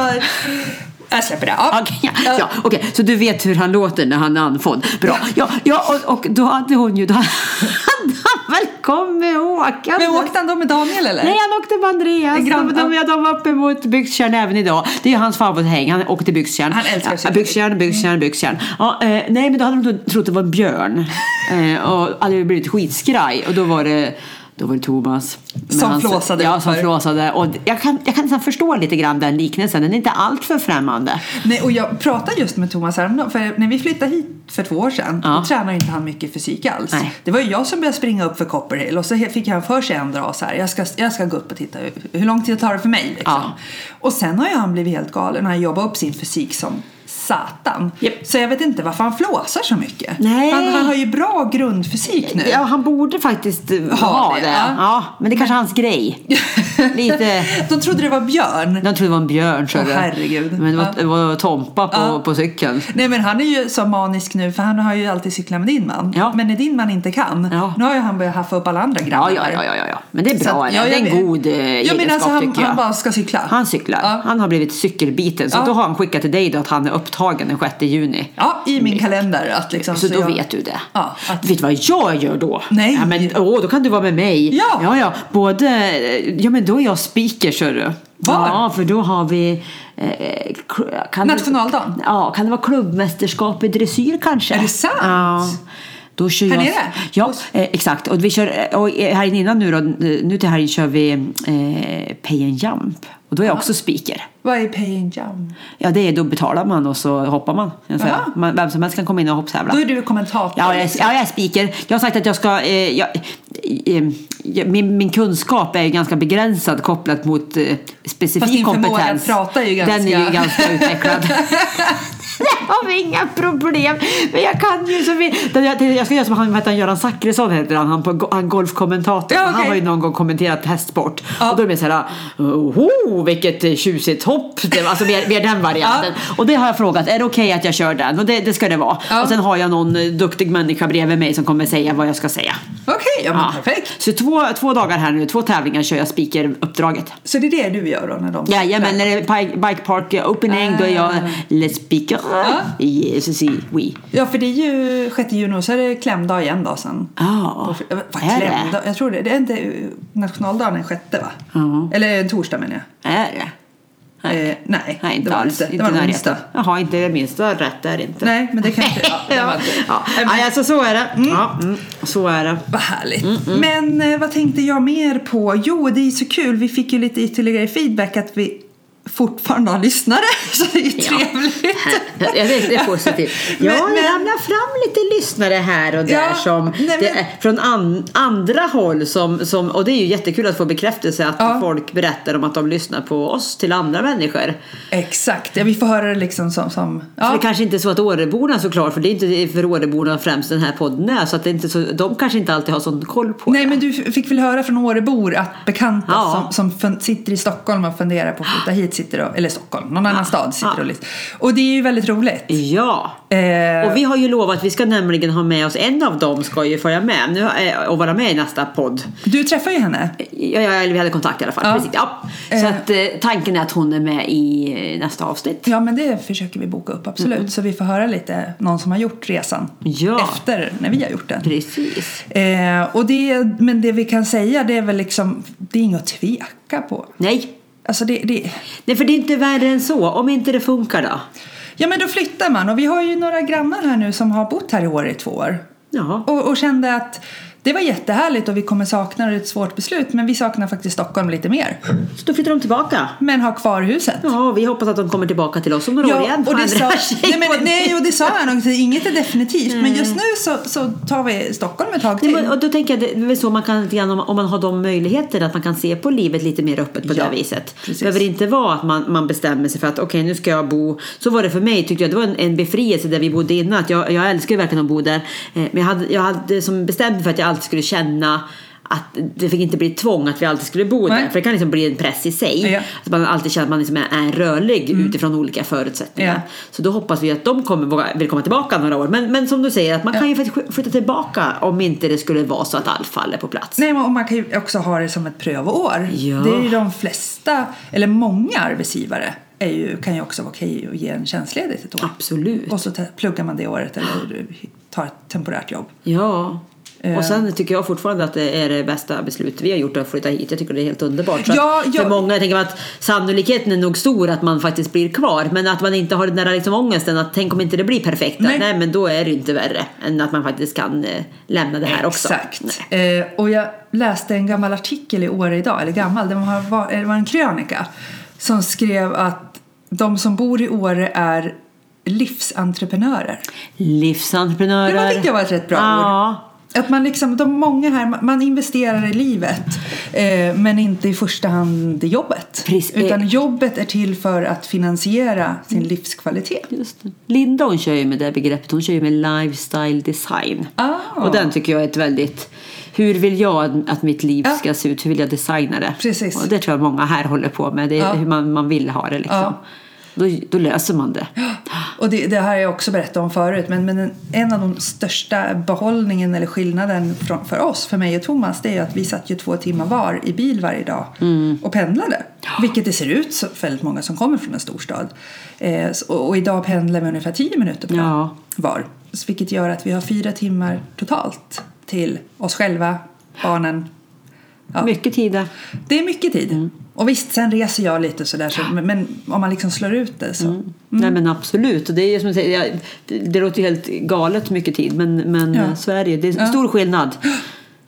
[SPEAKER 3] Jag släpper det. Ja.
[SPEAKER 2] Okej, ja, ja, okej. Så du vet hur han låter när han är andfådd? Bra. Ja, ja och, och då hade hon ju... Då hade han väl kommit åkande.
[SPEAKER 3] Men åkte han då med Daniel eller?
[SPEAKER 2] Nej, han åkte med Andreas.
[SPEAKER 3] En grann-
[SPEAKER 2] de, de, de var uppe mot Byxtjärn även idag. Det är ju hans favorithäng. Han åker till Byxtjärn.
[SPEAKER 3] Han älskar
[SPEAKER 2] ja,
[SPEAKER 3] cykla.
[SPEAKER 2] Byxtjärn, Byxtjärn, Byxtjärn. Ja, eh, nej, men då hade de trott det var en björn. eh, och hade blivit skitskraj. Och då var det då var det Thomas. Men
[SPEAKER 3] Som
[SPEAKER 2] han-
[SPEAKER 3] flåsade
[SPEAKER 2] Ja, som
[SPEAKER 3] för-
[SPEAKER 2] flåsade. Och jag kan, jag kan nästan förstå lite grann den liknelsen. Den är inte allt för främmande.
[SPEAKER 3] Nej, och jag pratade just med Thomas häromdagen, för när vi flyttade hit för två år sedan
[SPEAKER 2] Ja.
[SPEAKER 3] då tränade inte han mycket fysik alls.
[SPEAKER 2] Nej.
[SPEAKER 3] Det var ju jag som började springa upp för Copperhill och så he- fick han för sig en dag så här, jag ska, jag ska gå upp och titta hur, hur lång tid tar det för mig liksom.
[SPEAKER 2] Ja.
[SPEAKER 3] Och sen har ju han blivit helt galen, han jobbar upp sin fysik som satan.
[SPEAKER 2] Japp.
[SPEAKER 3] Så jag vet inte varför han flåsar så mycket.
[SPEAKER 2] Nej.
[SPEAKER 3] Han, han har ju bra grundfysik nu.
[SPEAKER 2] Ja, han borde faktiskt eh, ha,
[SPEAKER 3] det,
[SPEAKER 2] det.
[SPEAKER 3] ja.
[SPEAKER 2] Ja. men det är kanske är hans grej. Lite...
[SPEAKER 3] De trodde det var björn.
[SPEAKER 2] De trodde det var en björn. så
[SPEAKER 3] Åh,
[SPEAKER 2] det-
[SPEAKER 3] herregud.
[SPEAKER 2] Men det var,
[SPEAKER 3] Ja.
[SPEAKER 2] det var Tompa på,
[SPEAKER 3] Ja.
[SPEAKER 2] på cykeln.
[SPEAKER 3] Nej men han är ju så manisk nu för han har ju alltid cyklat med din man.
[SPEAKER 2] Ja.
[SPEAKER 3] Men när din man inte kan,
[SPEAKER 2] Ja.
[SPEAKER 3] nu har ju han börjat haffa upp alla andra
[SPEAKER 2] Ja,
[SPEAKER 3] grannar.
[SPEAKER 2] ja, ja, ja, ja, ja. Men det är
[SPEAKER 3] Så
[SPEAKER 2] bra.
[SPEAKER 3] att-
[SPEAKER 2] ja,
[SPEAKER 3] ja,
[SPEAKER 2] det är
[SPEAKER 3] jag
[SPEAKER 2] en
[SPEAKER 3] vet-
[SPEAKER 2] god eh,
[SPEAKER 3] Ja, men
[SPEAKER 2] egenskap
[SPEAKER 3] alltså, han,
[SPEAKER 2] tycker jag.
[SPEAKER 3] han bara ska cykla.
[SPEAKER 2] Han cyklar.
[SPEAKER 3] Ja.
[SPEAKER 2] Han har blivit cykelbiten. Så
[SPEAKER 3] Ja.
[SPEAKER 2] då har han skickat till dig då att han är upptagen den 6 juni.
[SPEAKER 3] Ja, i min kalender. Att liksom,
[SPEAKER 2] Så, då
[SPEAKER 3] jag-
[SPEAKER 2] vet du det.
[SPEAKER 3] Ja, att-
[SPEAKER 2] Vet du vad jag gör då?
[SPEAKER 3] Nej.
[SPEAKER 2] Ja, men, åh, då kan du vara med mig.
[SPEAKER 3] Ja.
[SPEAKER 2] Ja, ja. Både, ja men då är jag speaker kör du.
[SPEAKER 3] Var?
[SPEAKER 2] Ja, för då har vi... Eh, kl- kan
[SPEAKER 3] Nationaldagen?
[SPEAKER 2] Det, ja, kan det vara klubbmästerskap i dressyr kanske?
[SPEAKER 3] Är det sant?
[SPEAKER 2] Ja. Då kör
[SPEAKER 3] Här
[SPEAKER 2] jag,
[SPEAKER 3] nere?
[SPEAKER 2] Ja, eh, exakt. Och vi kör, eh, och helgen innan nu då, nu till helgen kör vi eh, pay and jump. Och då är jag också speaker.
[SPEAKER 3] Vad är pay and jump?
[SPEAKER 2] Ja, det är då betalar man och så hoppar man. kan jag säga.
[SPEAKER 3] Jaha.
[SPEAKER 2] Man- Vem som helst kan komma in och hopptävla.
[SPEAKER 3] Då är du kommentator.
[SPEAKER 2] Ja, jag, ja, jag är speaker. Jag har sagt att jag ska... Eh, jag, eh, jag- min, min kunskap är ju ganska begränsad kopplat mot eh,
[SPEAKER 3] Fast din
[SPEAKER 2] specifik
[SPEAKER 3] förmåga
[SPEAKER 2] kompetens.
[SPEAKER 3] att prata är ju ganska-
[SPEAKER 2] Den är ju ganska utvecklad. Jag har inga problem. Men jag kan ju som... vi- Den Jag, den jag ska göra som han, vad heter han, Göran Zachrisson heter han, han, på, go- han golfkommentator.
[SPEAKER 3] Ja, okej.
[SPEAKER 2] Han har ju någon gång kommenterat hästsport.
[SPEAKER 3] Ja.
[SPEAKER 2] Och då är det mer så här, oh, vilket eh, tjusigt hopp. Det var- Alltså mer, mer den varianten. Och det har jag frågat, är det okej att jag kör den? Och det, det ska det vara.
[SPEAKER 3] Ja.
[SPEAKER 2] Och sen har jag någon eh, duktig människa bredvid mig som kommer säga vad jag ska säga.
[SPEAKER 3] Okej, ja, men
[SPEAKER 2] Ja.
[SPEAKER 3] perfekt.
[SPEAKER 2] Så två, två dagar här nu, två tävlingar kör jag speakeruppdraget.
[SPEAKER 3] Så det är det du gör då när de
[SPEAKER 2] Jajamän, när det är Pike- Bike Park opening då är jag let's speaker.
[SPEAKER 3] Ah. Ja.
[SPEAKER 2] Yes, yes, we.
[SPEAKER 3] Ja, för det är ju 6 juni och så är det klämdag igen då sen.
[SPEAKER 2] Ja,
[SPEAKER 3] På fr- eh, Vad
[SPEAKER 2] är det?
[SPEAKER 3] klämdag? Jag tror det. Det är inte eh, nationaldagen den sjätte va?
[SPEAKER 2] Ja.
[SPEAKER 3] Eller en torsdag menar jag.
[SPEAKER 2] Är det? Nej.
[SPEAKER 3] Eh, nej,
[SPEAKER 2] Nej, inte
[SPEAKER 3] det var
[SPEAKER 2] alls.
[SPEAKER 3] inte. Det
[SPEAKER 2] i
[SPEAKER 3] var en
[SPEAKER 2] närheten.
[SPEAKER 3] onsdag.
[SPEAKER 2] Jaha, inte det minsta rätt är det inte.
[SPEAKER 3] Nej, men det kanske... Ja, det var
[SPEAKER 2] Ja,
[SPEAKER 3] inte.
[SPEAKER 2] ja.
[SPEAKER 3] Nej, men-
[SPEAKER 2] Nej, alltså så är det. Ja, mm. Så är det.
[SPEAKER 3] Vad härligt.
[SPEAKER 2] Mm,
[SPEAKER 3] Men eh, vad tänkte jag mer på? Jo, det är så kul. Vi fick ju lite ytterligare feedback att vi fortfarande har lyssnare. Så det är ju
[SPEAKER 2] Ja.
[SPEAKER 3] trevligt.
[SPEAKER 2] Ja, det det är positivt. Ja,
[SPEAKER 3] Men-
[SPEAKER 2] det
[SPEAKER 3] men-
[SPEAKER 2] ramlar fram lite lyssnare här och där
[SPEAKER 3] Ja,
[SPEAKER 2] som
[SPEAKER 3] nej, men-
[SPEAKER 2] det är, från an, andra håll som, som, och det är ju jättekul att få bekräftelse att
[SPEAKER 3] Ja.
[SPEAKER 2] folk berättar om att de lyssnar på oss till andra människor.
[SPEAKER 3] Exakt. Ja, vi får höra det liksom som... som
[SPEAKER 2] Så
[SPEAKER 3] ja.
[SPEAKER 2] det kanske inte är så att Åreborna såklart, för det är inte för Åreborna främst den här podden är, så att det är inte så, de kanske inte alltid har sån koll på
[SPEAKER 3] Nej,
[SPEAKER 2] det.
[SPEAKER 3] men du fick väl höra från Årebor att bekanta
[SPEAKER 2] Ja.
[SPEAKER 3] som, som fun- sitter i Stockholm och funderar på att flytta hit sitter och, eller Stockholm, någon annan stad sitter
[SPEAKER 2] Ja.
[SPEAKER 3] och lyssnar. Och det är ju väldigt roligt.
[SPEAKER 2] Ja.
[SPEAKER 3] Eh,
[SPEAKER 2] Och vi har ju lovat, vi ska nämligen ha med oss, en av dem ska ju följa med nu, eh, och vara med i nästa podd.
[SPEAKER 3] du träffar ju henne.
[SPEAKER 2] Ja, ja, eller vi hade kontakt i alla fall.
[SPEAKER 3] Ja.
[SPEAKER 2] Precis, ja. Så
[SPEAKER 3] Eh.
[SPEAKER 2] att, eh, tanken är att hon är med i eh, nästa avsnitt.
[SPEAKER 3] Ja, men det försöker vi boka upp absolut. Så vi får höra lite någon som har gjort resan
[SPEAKER 2] Ja.
[SPEAKER 3] efter när vi har gjort den.
[SPEAKER 2] Precis.
[SPEAKER 3] Eh, och det, men det vi kan säga det är väl liksom, det är inget att tveka på.
[SPEAKER 2] Nej.
[SPEAKER 3] Alltså det, det,
[SPEAKER 2] Nej, för det är inte värre än så. Om inte det funkar då?
[SPEAKER 3] ja men då flyttar man och vi har ju några grannar här nu som har bott här i år i två år.
[SPEAKER 2] Ja.
[SPEAKER 3] Och, och kände att Det var jättehärligt och vi kommer sakna det, det är ett svårt beslut men vi saknar faktiskt Stockholm lite mer.
[SPEAKER 2] Så då flyttar de tillbaka.
[SPEAKER 3] Men ha kvar huset.
[SPEAKER 2] Ja, vi hoppas att de kommer tillbaka till oss om några år igen.
[SPEAKER 3] och det sa,
[SPEAKER 2] ändrar sig
[SPEAKER 3] nej, men,
[SPEAKER 2] på det.
[SPEAKER 3] nej, och det sa jag nog, inget är definitivt men just nu så, så tar vi Stockholm ett tag
[SPEAKER 2] Mm. Nej,
[SPEAKER 3] till.
[SPEAKER 2] men, och då tänker jag det är väl så man kan lite grann, om, om man har de möjligheterna att man kan se på livet lite mer öppet på
[SPEAKER 3] Ja,
[SPEAKER 2] det viset.
[SPEAKER 3] precis.
[SPEAKER 2] Det behöver inte vara att man, man bestämmer sig för att okej nu ska jag bo. Så var det för mig tyckte jag. Det var en, en befrielse där vi bodde innan. Att jag, jag älskar ju verkligen att bo där. Eh, Men jag hade, jag hade som bestämt mig för att jag alltid skulle känna att det fick inte bli ett tvång att vi alltid skulle bo
[SPEAKER 3] Nej.
[SPEAKER 2] där. För det kan liksom bli en press i sig.
[SPEAKER 3] Ja. Mm.
[SPEAKER 2] Att man alltid känner att man liksom är, är rörlig utifrån olika förutsättningar.
[SPEAKER 3] Ja.
[SPEAKER 2] Så då hoppas vi att de kommer våga, vill komma tillbaka några år. Men, men som du säger, att man kan ju faktiskt flytta tillbaka om inte det skulle vara så att allt faller på plats.
[SPEAKER 3] Nej, men- och man kan ju också ha det som ett prövoår.
[SPEAKER 2] Ja.
[SPEAKER 3] Det är ju de flesta, eller många arbetsgivare är ju, kan ju också vara okej att ge en tjänstledigt ett år.
[SPEAKER 2] Absolut.
[SPEAKER 3] Och så te- pluggar man det året eller tar ett temporärt jobb.
[SPEAKER 2] Ja.
[SPEAKER 3] Eh.
[SPEAKER 2] Och sen tycker jag fortfarande att det är det bästa beslut vi har gjort att flytta hit. Jag tycker det är helt underbart. Så att
[SPEAKER 3] Ja, ja.
[SPEAKER 2] För många tänker man att sannolikheten är nog stor att man faktiskt blir kvar. Men att man inte har den där liksom ångesten att tänk om inte det blir perfekt.
[SPEAKER 3] Nej.
[SPEAKER 2] Nej. men då är det ju inte värre än att man faktiskt kan eh, lämna det här också. Nej.
[SPEAKER 3] Exakt. Eh, och jag läste en gammal artikel i år idag, eller gammal, det var, var, det var en krönika som skrev att de som bor i Åre är livsentreprenörer.
[SPEAKER 2] Livsentreprenörer.
[SPEAKER 3] Det var, tyckte jag var ett rätt bra
[SPEAKER 2] ja.
[SPEAKER 3] ord. Att man liksom, de många här, man- man investerar i livet eh, men inte i första hand i jobbet.
[SPEAKER 2] Precis.
[SPEAKER 3] Utan jobbet är till för att finansiera sin livskvalitet.
[SPEAKER 2] Just det. Linda hon kör ju med det här begreppet, hon kör ju med lifestyle design.
[SPEAKER 3] Ah.
[SPEAKER 2] Och den tycker jag är ett väldigt, hur vill jag att- att mitt liv
[SPEAKER 3] Ja.
[SPEAKER 2] ska se ut, hur vill jag designa det?
[SPEAKER 3] Precis.
[SPEAKER 2] Och det tror jag många här håller på med, det är
[SPEAKER 3] Ja.
[SPEAKER 2] hur man, man vill ha det liksom.
[SPEAKER 3] Ja.
[SPEAKER 2] Då, då löser man det.
[SPEAKER 3] Och det, det här har jag också berättat om förut men, men en- en av de största behållningen eller skillnaden från, för oss, för mig och Thomas, det är ju att vi satt ju två timmar var i bil varje dag och pendlade. Vilket det ser ut så- för väldigt många som kommer från en storstad. Eh, så- och, och idag pendlar vi ungefär 10 minuter per
[SPEAKER 2] Ja.
[SPEAKER 3] dag var. Så Vilket gör att vi har fyra timmar totalt till oss själva, barnen. Ja.
[SPEAKER 2] Mycket tid där.
[SPEAKER 3] Det är mycket tid. Och visst, sen reser jag lite sådär, så, men, men om man liksom slår ut det så.
[SPEAKER 2] Nej men absolut, och det är ju som jag säger, jag- det- det låter ju helt galet mycket tid men, men
[SPEAKER 3] Ja.
[SPEAKER 2] eh, så är det ju, det är
[SPEAKER 3] Ja.
[SPEAKER 2] stor skillnad.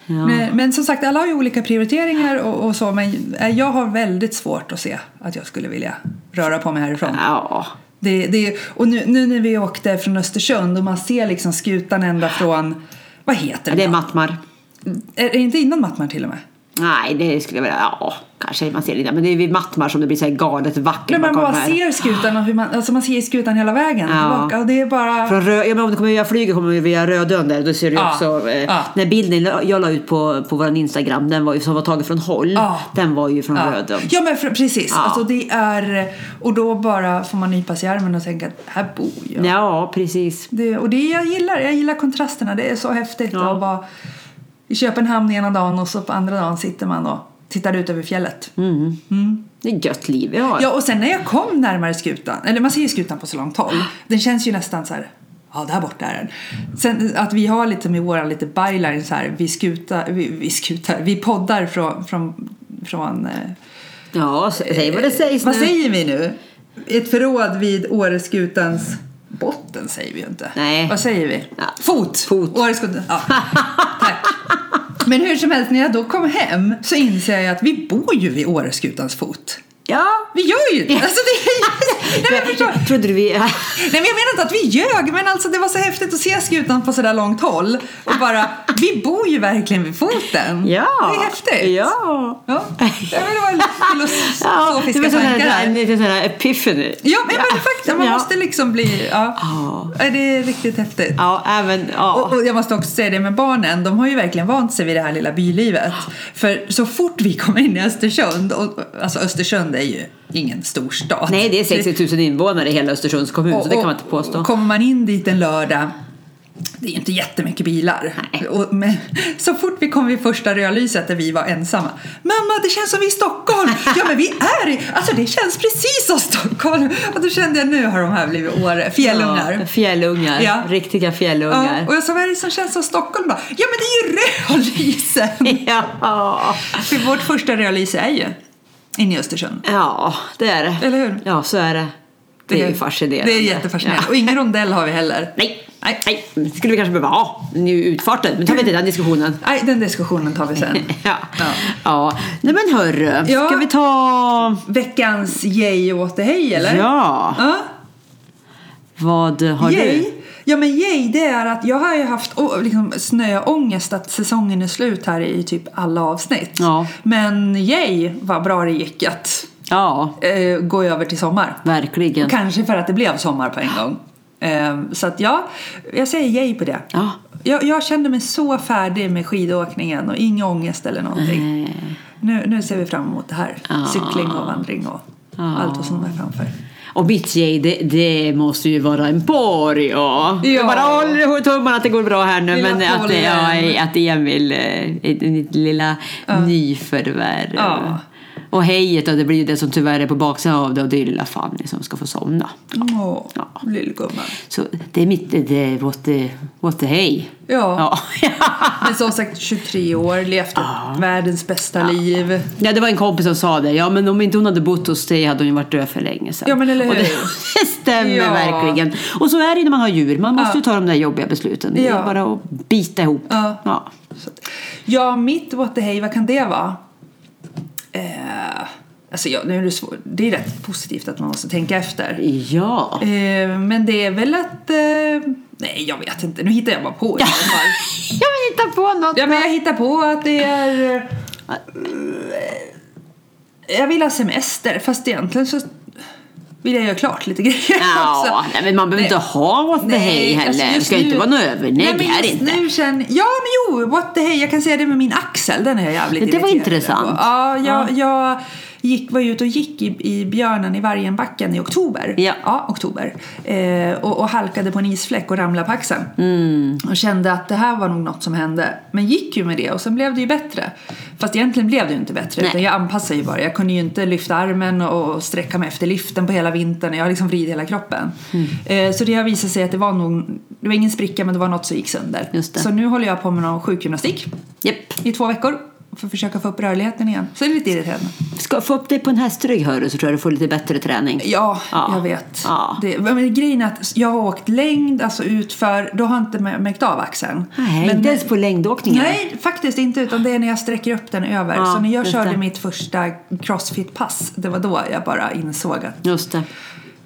[SPEAKER 2] Ja.
[SPEAKER 3] Men, men som sagt, alla har ju olika prioriteringar och, och så, men eh, jag har väldigt svårt att se att jag skulle vilja röra på mig härifrån.
[SPEAKER 2] Ja.
[SPEAKER 3] Det, det, och nu, nu när vi åkte från Östersund och man ser liksom skutan ända från, vad heter
[SPEAKER 2] det är
[SPEAKER 3] det?
[SPEAKER 2] Mattmar.
[SPEAKER 3] Är det inte innan Mattmar till och med?
[SPEAKER 2] Nej, det skulle jag vilja... Ja, kanske man ser det där. Men det är vid Mattmar som det blir så här galet vackert
[SPEAKER 3] Men man
[SPEAKER 2] bakom
[SPEAKER 3] bara
[SPEAKER 2] här.
[SPEAKER 3] ser skutan och hur man, alltså man ser skutan hela vägen
[SPEAKER 2] Ja.
[SPEAKER 3] tillbaka och det är bara...
[SPEAKER 2] Från rö- ja, men om du kommer via flyget kommer vi via Rödön där. Då ser du
[SPEAKER 3] Ja.
[SPEAKER 2] också... Eh,
[SPEAKER 3] Ja.
[SPEAKER 2] När bilden la- jag la ut på, på vår Instagram, den var ju, som var tagen från håll.
[SPEAKER 3] Ja.
[SPEAKER 2] Den var ju från
[SPEAKER 3] Ja.
[SPEAKER 2] Rödön.
[SPEAKER 3] ja men fr- precis,
[SPEAKER 2] Ja.
[SPEAKER 3] alltså det är, och då bara får man nypas i armen och tänka att här bor jag.
[SPEAKER 2] Ja, precis.
[SPEAKER 3] Det, och det jag gillar, jag gillar kontrasterna. Det är så häftigt
[SPEAKER 2] Ja.
[SPEAKER 3] att vara i Köpenhamn ena dagen och så på andra dagen sitter man och tittar ut över fjället.
[SPEAKER 2] Det är ett gött liv vi har.
[SPEAKER 3] Ja, och sen när jag kom närmare skutan, eller man ser ju skutan på så långt håll, den känns ju nästan så här Ja, där borta är den. Sen att vi har lite med våra lite byline så här, vi skutar, vi, vi skutar, vi poddar från, från, från eh,
[SPEAKER 2] Ja, sä- säg vad det sägs
[SPEAKER 3] vad
[SPEAKER 2] nu.
[SPEAKER 3] säger vi nu? Ett förråd vid Åreskutans botten säger vi ju inte.
[SPEAKER 2] Nej.
[SPEAKER 3] Vad säger vi?
[SPEAKER 2] Ja.
[SPEAKER 3] Fot!
[SPEAKER 2] Fot.
[SPEAKER 3] Åreskutan. Ja. Tack. Men hur som helst, när jag då kom hem så inser jag att vi bor ju vid Åreskutans fot.
[SPEAKER 2] Ja.
[SPEAKER 3] Vi gör ju det! Alltså det är... Nej, men förstår...
[SPEAKER 2] Trodde du vi...
[SPEAKER 3] Nej men jag menar inte att vi ljög men alltså det var så häftigt att se skutan på sådär långt håll och bara vi bor ju verkligen vid foten.
[SPEAKER 2] Ja.
[SPEAKER 3] Det är häftigt.
[SPEAKER 2] Ja.
[SPEAKER 3] Ja, det var lite
[SPEAKER 2] Ja, det var
[SPEAKER 3] filosofiska
[SPEAKER 2] sån här-
[SPEAKER 3] tankar här.
[SPEAKER 2] en liten sån här epiphany.
[SPEAKER 3] Ja, men, men faktiskt, man
[SPEAKER 2] Ja.
[SPEAKER 3] måste liksom bli... Ja.
[SPEAKER 2] Ja.
[SPEAKER 3] Ja, Det är riktigt häftigt.
[SPEAKER 2] Ja, även... Ja.
[SPEAKER 3] Och, och jag måste också säga det med barnen, de har ju verkligen vant sig vid det här lilla bylivet. För så fort vi kom in i Östersund, och, alltså Östersund är ju ingen storstad.
[SPEAKER 2] Nej, det är 60 000 invånare i hela Östersunds kommun,
[SPEAKER 3] Och-
[SPEAKER 2] så det kan
[SPEAKER 3] och-
[SPEAKER 2] man inte påstå.
[SPEAKER 3] och Kommer man in dit en lördag det är ju inte jättemycket bilar.
[SPEAKER 2] Nej.
[SPEAKER 3] Och, men, så fort vi kom vid första rödlyset där vi var ensamma. Mamma, det känns som vi är i Stockholm! Ja, men vi är i... Alltså, det känns precis som Stockholm! Och då kände jag, nu har de här blivit Åre,
[SPEAKER 2] Ja,
[SPEAKER 3] fjällungar.
[SPEAKER 2] fjällungar.
[SPEAKER 3] Ja.
[SPEAKER 2] Riktiga
[SPEAKER 3] Ja,
[SPEAKER 2] fjällungar.
[SPEAKER 3] och jag sa, vad är det som känns som Stockholm då? Ja, men det är ju rödlysen!
[SPEAKER 2] Ja.
[SPEAKER 3] För vårt första rödlyse är ju inne i Östersund.
[SPEAKER 2] ja, det är det.
[SPEAKER 3] Eller hur?
[SPEAKER 2] Ja, så är det. Det är ju fascinerande.
[SPEAKER 3] Det är jättefascinerande. Och ingen rondell har vi heller.
[SPEAKER 2] Nej,
[SPEAKER 3] Nej.
[SPEAKER 2] nej, det skulle vi kanske behöva ha nu i utfarten. Men tar vi inte den diskussionen.
[SPEAKER 3] Nej, den diskussionen tar vi sen.
[SPEAKER 2] Ja.
[SPEAKER 3] Ja.
[SPEAKER 2] ja. Nej men hörru,
[SPEAKER 3] Ja.
[SPEAKER 2] ska vi ta...
[SPEAKER 3] Veckans yay och återhej eller?
[SPEAKER 2] Ja,
[SPEAKER 3] ja.
[SPEAKER 2] vad har
[SPEAKER 3] Yay.
[SPEAKER 2] du?
[SPEAKER 3] Ja men yay det är att jag har ju haft å- liksom, snöångest att säsongen är slut här i typ alla avsnitt.
[SPEAKER 2] Ja.
[SPEAKER 3] Men yay vad bra det gick att
[SPEAKER 2] Ja,
[SPEAKER 3] eh, gå över till sommar.
[SPEAKER 2] verkligen.
[SPEAKER 3] Kanske för att det blev sommar på en gång. Eh, så att ja, jag säger yay på det.
[SPEAKER 2] Ja.
[SPEAKER 3] Jag, jag kände mig så färdig med skidåkningen och ingen ångest eller någonting.
[SPEAKER 2] Eh,
[SPEAKER 3] Nu, nu ser vi fram emot det här.
[SPEAKER 2] Ja.
[SPEAKER 3] Cykling och vandring och
[SPEAKER 2] Ja.
[SPEAKER 3] allt vad som är framför.
[SPEAKER 2] Och mitt gäng, det, det måste ju vara en borg. Ja.
[SPEAKER 3] Ja.
[SPEAKER 2] Jag bara håller tummarna att det går bra här nu.
[SPEAKER 3] Lilla
[SPEAKER 2] men att, det-
[SPEAKER 3] Pollen.
[SPEAKER 2] ja, att Emil, eh, ditt lilla nyförvärv.
[SPEAKER 3] Ja.
[SPEAKER 2] Och hejet, och det blir ju det som tyvärr är på baksidan av det. Och det är lilla Fanny som ska få somna.
[SPEAKER 3] Åh,
[SPEAKER 2] Ja.
[SPEAKER 3] lillgumman.
[SPEAKER 2] Så det är mitt, det är what the, what the hey.
[SPEAKER 3] Ja.
[SPEAKER 2] Ja.
[SPEAKER 3] Men som sagt, 23 år, levt världens bästa liv.
[SPEAKER 2] Ja, det var en kompis som sa det. Ja, men om inte hon hade bott hos dig hade hon ju varit död för länge sedan.
[SPEAKER 3] Ja, men eller
[SPEAKER 2] Och det,
[SPEAKER 3] hur?
[SPEAKER 2] det stämmer
[SPEAKER 3] Ja.
[SPEAKER 2] verkligen. Och så är det när man har djur. Man måste
[SPEAKER 3] Ja.
[SPEAKER 2] ju ta de där jobbiga besluten. Det
[SPEAKER 3] Ja.
[SPEAKER 2] är bara att bita ihop.
[SPEAKER 3] Ja.
[SPEAKER 2] Ja.
[SPEAKER 3] Så att- Ja, mitt what the hey, vad kan det vara? Eh, alltså, ja, nu är det, svår, det är rätt positivt att man måste tänka efter.
[SPEAKER 2] Ja.
[SPEAKER 3] Eh, men det är väl att... Eh, nej, jag vet inte. Nu hittar jag bara på. i alla fall.
[SPEAKER 2] Jag vill hitta på något.
[SPEAKER 3] ja, men jag hittar på att det är... eh, jag vill ha semester, fast egentligen så vill jag göra klart lite grejer
[SPEAKER 2] Ja,
[SPEAKER 3] också.
[SPEAKER 2] nej, men man behöver
[SPEAKER 3] Nej.
[SPEAKER 2] inte ha what the hey
[SPEAKER 3] alltså
[SPEAKER 2] heller. Det
[SPEAKER 3] just
[SPEAKER 2] ska ju inte
[SPEAKER 3] nu-
[SPEAKER 2] vara något övernägg
[SPEAKER 3] Nej, men
[SPEAKER 2] här
[SPEAKER 3] just
[SPEAKER 2] inte.
[SPEAKER 3] Nu känner, ja, men jo, what the hey. Jag kan säga det med min axel. Den är jag jävligt
[SPEAKER 2] Det var
[SPEAKER 3] irriterad
[SPEAKER 2] intressant.
[SPEAKER 3] på. Ja, jag, jag gick, var ju ute och gick i, i björnen i Vargenbacken i oktober.
[SPEAKER 2] Ja.
[SPEAKER 3] oktober. Eh, och, och halkade på en isfläck och ramlade på axeln.
[SPEAKER 2] Mm.
[SPEAKER 3] Och kände att det här var nog något som hände. Men gick ju med det och sen blev det ju bättre. Fast egentligen blev det ju inte bättre.
[SPEAKER 2] Nej.
[SPEAKER 3] Utan jag anpassade ju bara. Jag kunde ju inte lyfta armen och sträcka mig efter liften på hela vintern. Jag har liksom vridit hela kroppen.
[SPEAKER 2] Mm.
[SPEAKER 3] Eh, Så det har visat sig att det var nog, det var ingen spricka men det var något som gick sönder.
[SPEAKER 2] Just det.
[SPEAKER 3] Så nu håller jag på med någon sjukgymnastik
[SPEAKER 2] Japp.
[SPEAKER 3] i två veckor. För att försöka få upp rörligheten igen. Så det är lite irriterande.
[SPEAKER 2] Ska få upp dig på en hästrygg hörru så tror jag du får lite bättre träning.
[SPEAKER 3] Ja,
[SPEAKER 2] Ja.
[SPEAKER 3] jag vet.
[SPEAKER 2] Ja.
[SPEAKER 3] Det, men grejen är att jag har åkt längd, alltså utför, då har jag inte märkt av axeln.
[SPEAKER 2] Nej,
[SPEAKER 3] Men-
[SPEAKER 2] inte ens på längdåkningar.
[SPEAKER 3] Nej, faktiskt inte. Utan det är när jag sträcker upp den över.
[SPEAKER 2] Ja,
[SPEAKER 3] så när jag
[SPEAKER 2] just
[SPEAKER 3] körde
[SPEAKER 2] det.
[SPEAKER 3] mitt första crossfit-pass, det var då jag bara insåg att...
[SPEAKER 2] Just det.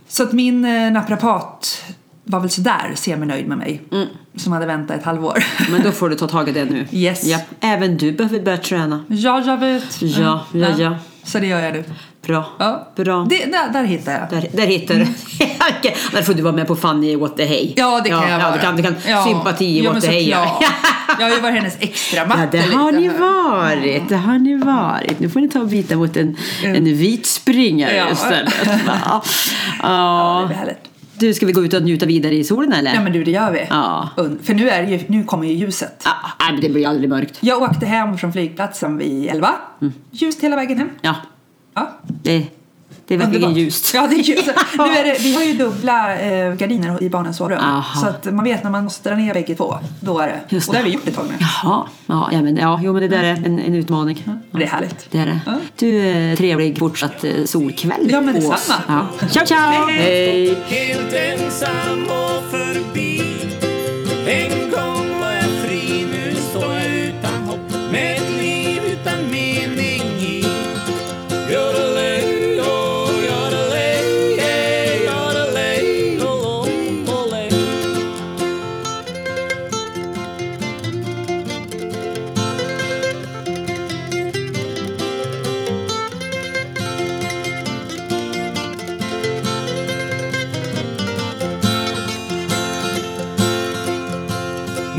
[SPEAKER 3] Så att min eh, naprapat var väl sådär seminöjd med mig.
[SPEAKER 2] Mm.
[SPEAKER 3] Som hade väntat ett halvår.
[SPEAKER 2] Men då får du ta tag i det nu.
[SPEAKER 3] Yes.
[SPEAKER 2] Japp. Även du behöver börja träna.
[SPEAKER 3] ja, jag vet.
[SPEAKER 2] Ja, ja, ja.
[SPEAKER 3] Så det gör jag nu.
[SPEAKER 2] Bra.
[SPEAKER 3] Ja.
[SPEAKER 2] Bra.
[SPEAKER 3] Det, där, där hittar jag.
[SPEAKER 2] Där, där hittar du. Okej, där får du vara med på Fanny i What the Hey.
[SPEAKER 3] Ja, det kan jag
[SPEAKER 2] ja,
[SPEAKER 3] vara.
[SPEAKER 2] du kan, du kan
[SPEAKER 3] Ja.
[SPEAKER 2] sympati i
[SPEAKER 3] ja,
[SPEAKER 2] What the
[SPEAKER 3] men
[SPEAKER 2] Hey.
[SPEAKER 3] såklart. Jag har ju varit hennes extra matte
[SPEAKER 2] Ja, det har
[SPEAKER 3] lite
[SPEAKER 2] ni
[SPEAKER 3] här.
[SPEAKER 2] varit. Det har ni varit. Nu får ni ta och bita mot en, en vit springare
[SPEAKER 3] Mm. Ja.
[SPEAKER 2] istället. Va?
[SPEAKER 3] Ja, det
[SPEAKER 2] Ja.
[SPEAKER 3] blir härligt.
[SPEAKER 2] Du, ska vi gå ut och njuta vidare i solen eller?
[SPEAKER 3] Ja, men du, det gör vi.
[SPEAKER 2] Ja.
[SPEAKER 3] Und- För nu, är det ju, nu kommer ju ljuset.
[SPEAKER 2] Ja, Ah, nej, men det blir aldrig mörkt.
[SPEAKER 3] Jag åkte hem från flygplatsen vid 11.
[SPEAKER 2] Mm.
[SPEAKER 3] Ljust hela vägen hem.
[SPEAKER 2] Ja,
[SPEAKER 3] Ja,
[SPEAKER 2] det, det är verkligen
[SPEAKER 3] underbart.
[SPEAKER 2] ljust.
[SPEAKER 3] Ja, det är ljust. nu är det, vi har ju dubbla eh, gardiner i barnens sovrum.
[SPEAKER 2] Aha.
[SPEAKER 3] Så att man vet när man måste dra ner bägge två. Då är det.
[SPEAKER 2] Just
[SPEAKER 3] och det
[SPEAKER 2] det.
[SPEAKER 3] har vi gjort ett tag nu.
[SPEAKER 2] Jaha, ja, ja, men, ja, jo, men det där är en, en utmaning.
[SPEAKER 3] Det är härligt.
[SPEAKER 2] Det är det.
[SPEAKER 3] Ja.
[SPEAKER 2] Du, eh, trevlig fortsatt eh, solkväll
[SPEAKER 3] Ja, men
[SPEAKER 2] på oss.
[SPEAKER 3] detsamma.
[SPEAKER 2] Ja. Ciao, ciao! Hej!
[SPEAKER 1] Helt ensam och förbi En gång var jag fri, nu står jag utan hopp Med ett liv utan mening i Yodelej, oh, yodelej, yeah, yodelej, oh, oh, olej.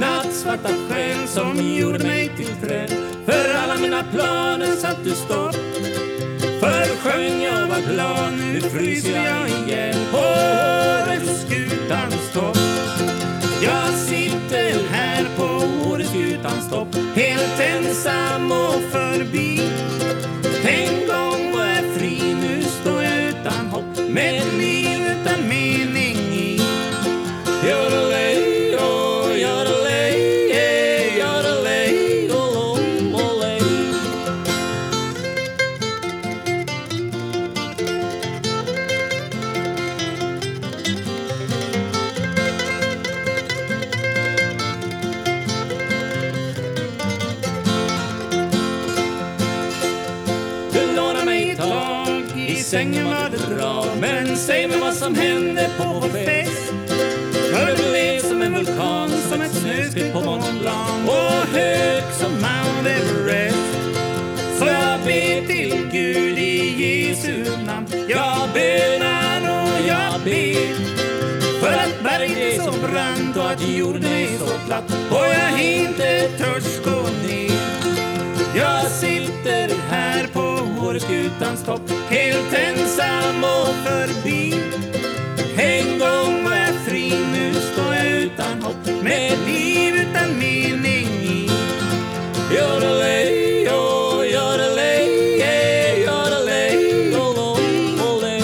[SPEAKER 1] Nattsvarta sken som gjorde mig till träd För alla mina planer satte stopp För sjöng jag var glad, nu fryser jag igen På årets skutans topp Jag sitter här på årets skutans topp Helt ensam och förbi En gång var jag fri, nu står jag utan hopp Med ett liv utan mening i Yodelay, oh, yodelay, yeah, yodelay, oh, oh, olay. sängen var det bra Men säg mig vad som hände på vår fest För du blev som en vulkan Som ett snöskred på Mont Blanc Och hög som Mount Everest Får jag be till Gud i Jesu namn Jag bönar och jag ber för att berget är så brant och att jorden är så platt och jag inte törs gå ner jag sitter här på Åreskutans topp helt ensam och förbi En gång var jag fri, nu står jag utan hopp med ett liv utan mening i Yodelej, oh, yodelej, yeah, yodelej, oh, oh, olej.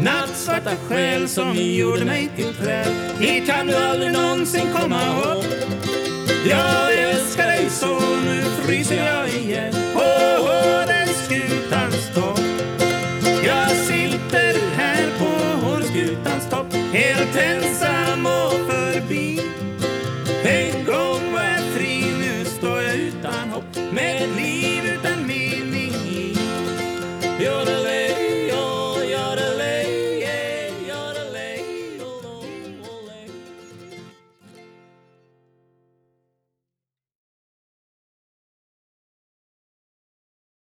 [SPEAKER 1] Nattsvarta själ som gjorde mig till träd Hit kan du aldrig någonsin komma upp Jag älskar dig så, nu fryser jag igen På Åreskutans topp Jag sitter här på Åreskutans topp Helt ensam och förbi En gång var jag fri, nu står jag utan hopp Men oh, oh,